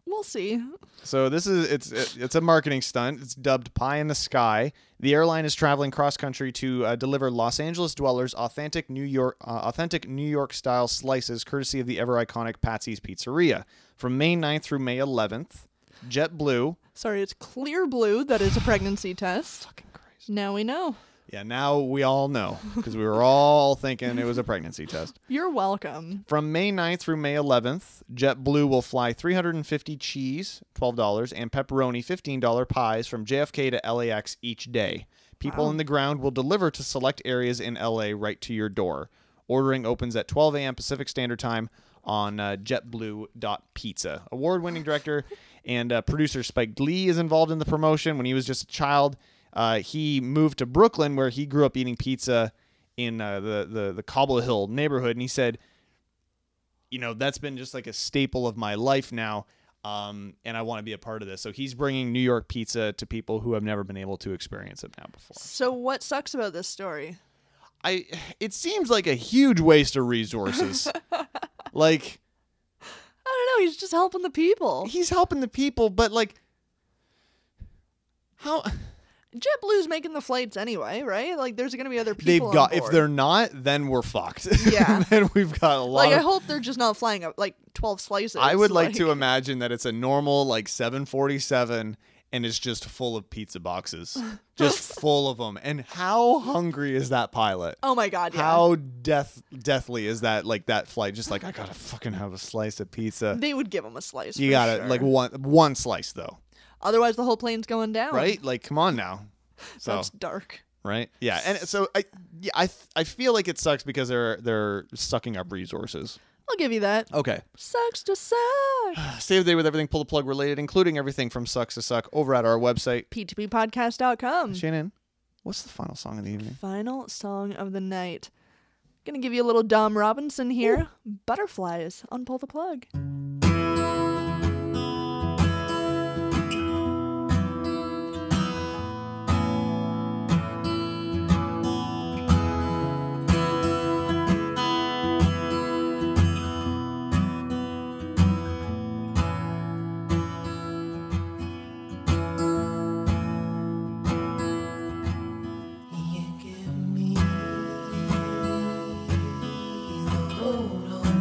we'll see.
So this is it's it- it's a marketing stunt. It's dubbed Pie in the Sky. The airline is traveling cross country to uh, deliver Los Angeles dwellers authentic New York uh, authentic New York style slices, courtesy of the ever iconic Patsy's Pizzeria, from May 9th through May 11th. JetBlue.
Sorry, it's clear blue that is a pregnancy test. Now we know.
Yeah, now we all know because we were all thinking it was a pregnancy test.
You're welcome.
From May 9th through May 11th, JetBlue will fly 350 cheese, $12, and pepperoni, $15 pies from JFK to LAX each day. People in the ground will deliver to select areas in LA right to your door. Ordering opens at 12 a.m. Pacific Standard Time on uh, JetBlue.pizza. Award winning director and uh, producer Spike Lee is involved in the promotion. When he was just a child, uh, he moved to Brooklyn where he grew up eating pizza in uh, the, the, the Cobble Hill neighborhood. And he said, you know that's been just like a staple of my life now um, and i want to be a part of this so he's bringing new york pizza to people who have never been able to experience it now before
So, what sucks about this story?
i it seems like a huge waste of resources like
I don't know. He's just helping the people.
he's helping the people but like how
JetBlue's making the flights anyway, right? Like, there's going to be other people.
they've
on
got if
board.
they're not then we're fucked
Yeah.
then we've got a lot
Like, I
of
hope they're just not flying up like 12 slices.
I would like, to uh, imagine that it's a normal like 747 and it's just full of pizza boxes. just full of them. And how hungry is that pilot?
Oh my god! Yeah.
How death deathly is that like that flight just like I got to fucking have a slice of pizza.
they would give him a slice.
You
for
got to
sure.
like one one slice though.
Otherwise, the whole plane's going down.
Right? Like come on now. So,
Oh. That's dark.
right? Yeah. And so I yeah, I th- I feel like it sucks because they're they're sucking up resources.
I'll give you that.
Okay.
Sucks to suck.
Save the day with everything pull the plug related including everything from sucks to suck over at our website
P2Ppodcast.com.
Shannon, what's the final song of the evening?
Final song of the night. Gonna give you a little Dom Robinson here. Butterflies. Unpull the plug.
You give me the old old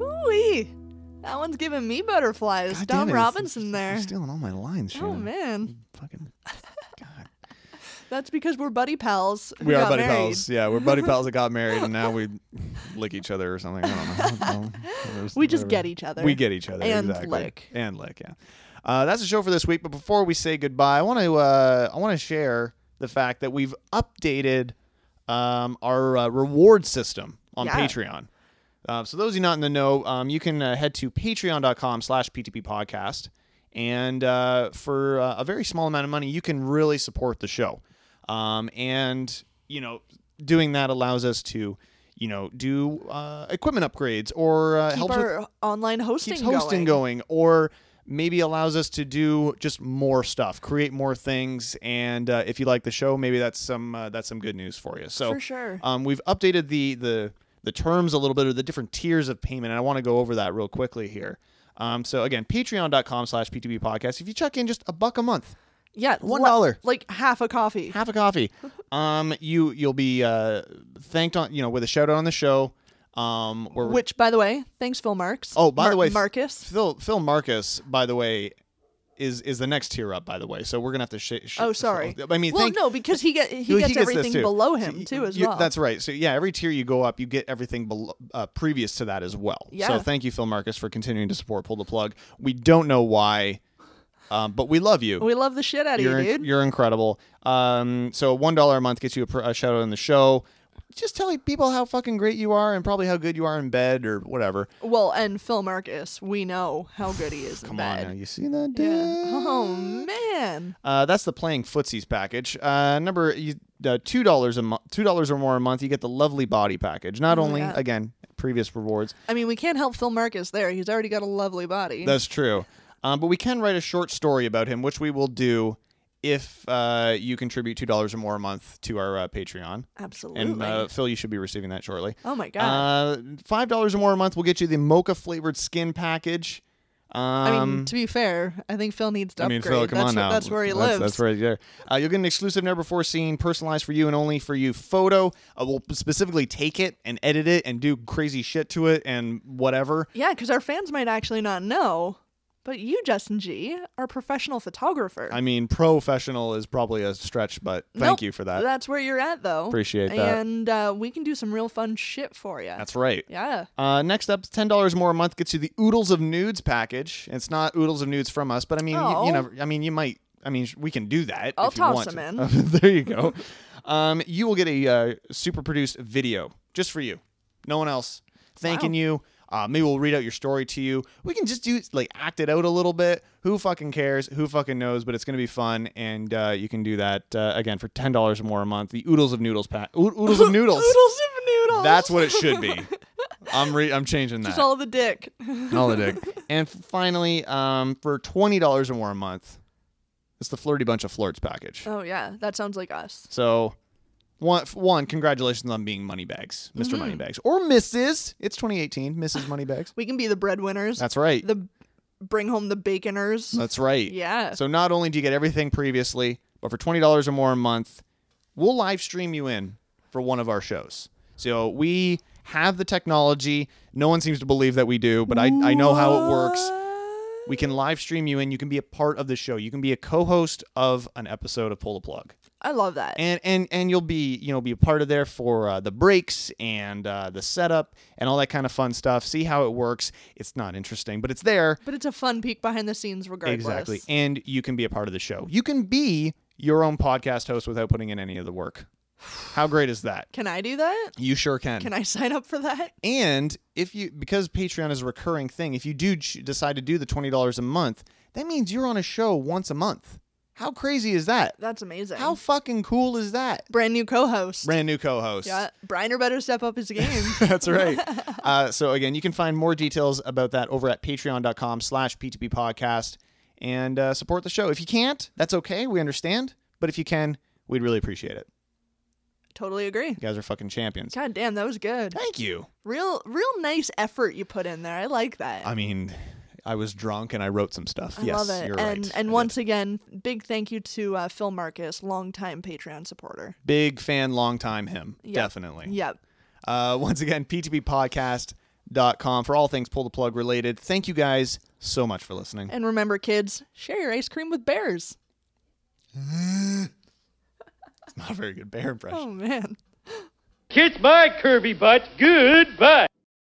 Ooh, that one's giving me butterflies.
God damn
Dom
it, it's-
Robinson
it's-
there.
You're stealing all my lines,
oh
Shannon.
man,
Fucking. God.
that's because we're buddy pals. who
We are
got
buddy
married.
pals. Yeah, we're buddy pals that got married, and now we lick each other or something. I don't know. There's-
We just
whatever.
get each other.
We get each other
And
exactly.
lick.
and lick. Yeah, uh, that's the show for this week. But before we say goodbye, I want to uh, I want to share the fact that we've updated um, our uh, reward system on
Yeah.
Patreon. Uh, so those of you not in the know, um, you can uh, head to patreon.com slash PTP podcast. And uh, for uh, a very small amount of money, you can really support the show. Um, and, you know, doing that allows us to, you know, do uh, equipment upgrades or uh,
Keep
helps with
our online hosting
keeps hosting going. or maybe allows us to do just more stuff, create more things. And uh, if you like the show, maybe that's some uh, that's some good news for you. So
For sure.
um, we've updated the the the terms a little bit or the different tiers of payment, and I want to go over that real quickly here. Um, so again, patreon.com slash PTB podcast. If you check in just a buck a month,
Yeah,
One
li-
dollar.
like half a coffee.
half a coffee. Um, you you'll be uh, thanked on you know with a shout out on the show. Um, where we're
Which, by the way, thanks, Phil Marks.
Oh, by
Mar-
the way,
Marcus.
Phil Phil Marcus, by the way, is is the next tier up. By the way, so we're gonna have to. Sh- sh-
Oh, sorry.
I mean,
well,
thank-
no, because he get he
well,
gets
this
everything
too.
below
So
him
y-
too, as
you-
well.
That's right. So yeah, every tier you go up, you get everything below, uh, previous to that as well. So
Yeah.
thank you, Phil Marcus, for continuing to support Pull the Plug. We don't know why, um, but we love you.
we love the shit out of you,
You're,
dude.
in- you're incredible. Um, so one dollar a month gets you a, pr- a shout out on the show. Just telling people how fucking great you are and probably how good you are in bed or whatever.
well, and Phil Marcus, we know how good he is in
Come
bed.
on now, you see that, dude?
Yeah. Oh man.
Uh, that's the playing footsies package. Uh, number you, uh, two dollars a month, two dollars or more a month, you get the lovely body package. Not only
yeah.
again previous rewards.
I mean, we can't help Phil Marcus there. He's already got a lovely body.
That's true, um, but we can write a short story about him, which we will do if uh, you contribute two dollars or more a month to our uh, Patreon.
Absolutely.
And uh, Phil, you should be receiving that shortly.
oh my god.
Uh, Five dollars or more a month will get you the mocha flavored skin package. Um,
I mean, to be fair, I think Phil needs to
I mean,
upgrade.
Phil, come
that's,
on
wh-
now.
that's where he
that's,
lives.
That's where he's there. Uh, you'll get an exclusive, never before seen, personalized for you and only for you photo. Uh, we'll specifically take it and edit it and do crazy shit to it and whatever.
Yeah, because our fans might actually not know, but you, Justin G, are a professional photographer.
I mean, professional is probably a stretch, but thank
Nope,
you for that.
That's where you're at, though.
Appreciate that.
And uh, we can do some real fun shit for you.
That's right.
yeah.
Uh, next up, ten dollars more a month gets you the Oodles of Nudes package. It's not Oodles of Nudes from us, but I mean, you- you,
Oh.
know, I mean, you might. I mean, sh- we can do that.
I'll
if you
toss
want
them
to. there you go. Um, you will get a uh, super produced video just for you, no one else. Thanking
Wow.
you. Uh, maybe we'll read out your story to you. We can just do like act it out a little bit. Who fucking cares? Who fucking knows? But it's gonna be fun, and uh, you can do that uh, again for ten dollars more a month. The Oodles of Noodles pack. Ood- Oodles of Noodles.
Oodles of noodles.
That's what it should be. I'm re- I'm changing that.
Just all the dick.
All the dick. and finally, um, for twenty dollars or more a month, it's the flirty bunch of flirts package.
oh yeah, that sounds like us.
So One, f- one, congratulations on being Moneybags, mister
Mm-hmm.
Moneybags, or Mrs. It's 2018, Mrs. Moneybags.
We can be the breadwinners.
That's right.
the bring home the baconers.
That's right.
Yeah.
So not only do you get everything previously, but for twenty dollars or more a month, we'll live stream you in for one of our shows. So we have the technology. No one seems to believe that we do, but I, I know how it works. We can live stream you in. You can be a part of the show. You can be a co-host of an episode of Pull the Plug
I love that.
and and and you'll be you know be a part of there for uh, the breaks and uh, the setup and all that kind of fun stuff. See how it works. It's not interesting, but it's there.
but it's a fun peek behind the scenes regardless.
Exactly, and you can be a part of the show. You can be your own podcast host without putting in any of the work. How great is that?
Can I do that?
You sure can.
Can I sign up for that?
And if you because Patreon is a recurring thing, if you do ch- decide to do the twenty dollars a month, that means you're on a show once a month. How crazy is that?
That's amazing.
How fucking cool is that?
Brand new co-host.
Brand new co-host.
yeah, Briner better step up his game.
That's right. uh, so again, you can find more details about that over at patreon.com slash PTP podcast and uh, support the show. If you can't, that's okay. We understand. But if you can, we'd really appreciate it.
totally agree.
You guys are fucking champions.
God damn, that was good.
Thank you.
Real, real nice effort you put in there. I like that.
I mean, I was drunk and I wrote some stuff.
I
Uh, yes,
love it. and
you're right. I
and
did.
once again, big thank you to uh, Phil Marcus, longtime Patreon supporter.
big fan, long time him. Definitely.
Yep.
Uh, once again, ptppodcast.com for all things pull the plug related. Thank you guys so much for listening.
And remember, kids, share your ice cream with bears.
Not a very good bear impression.
Oh man.
Kiss my curvy butt. Goodbye.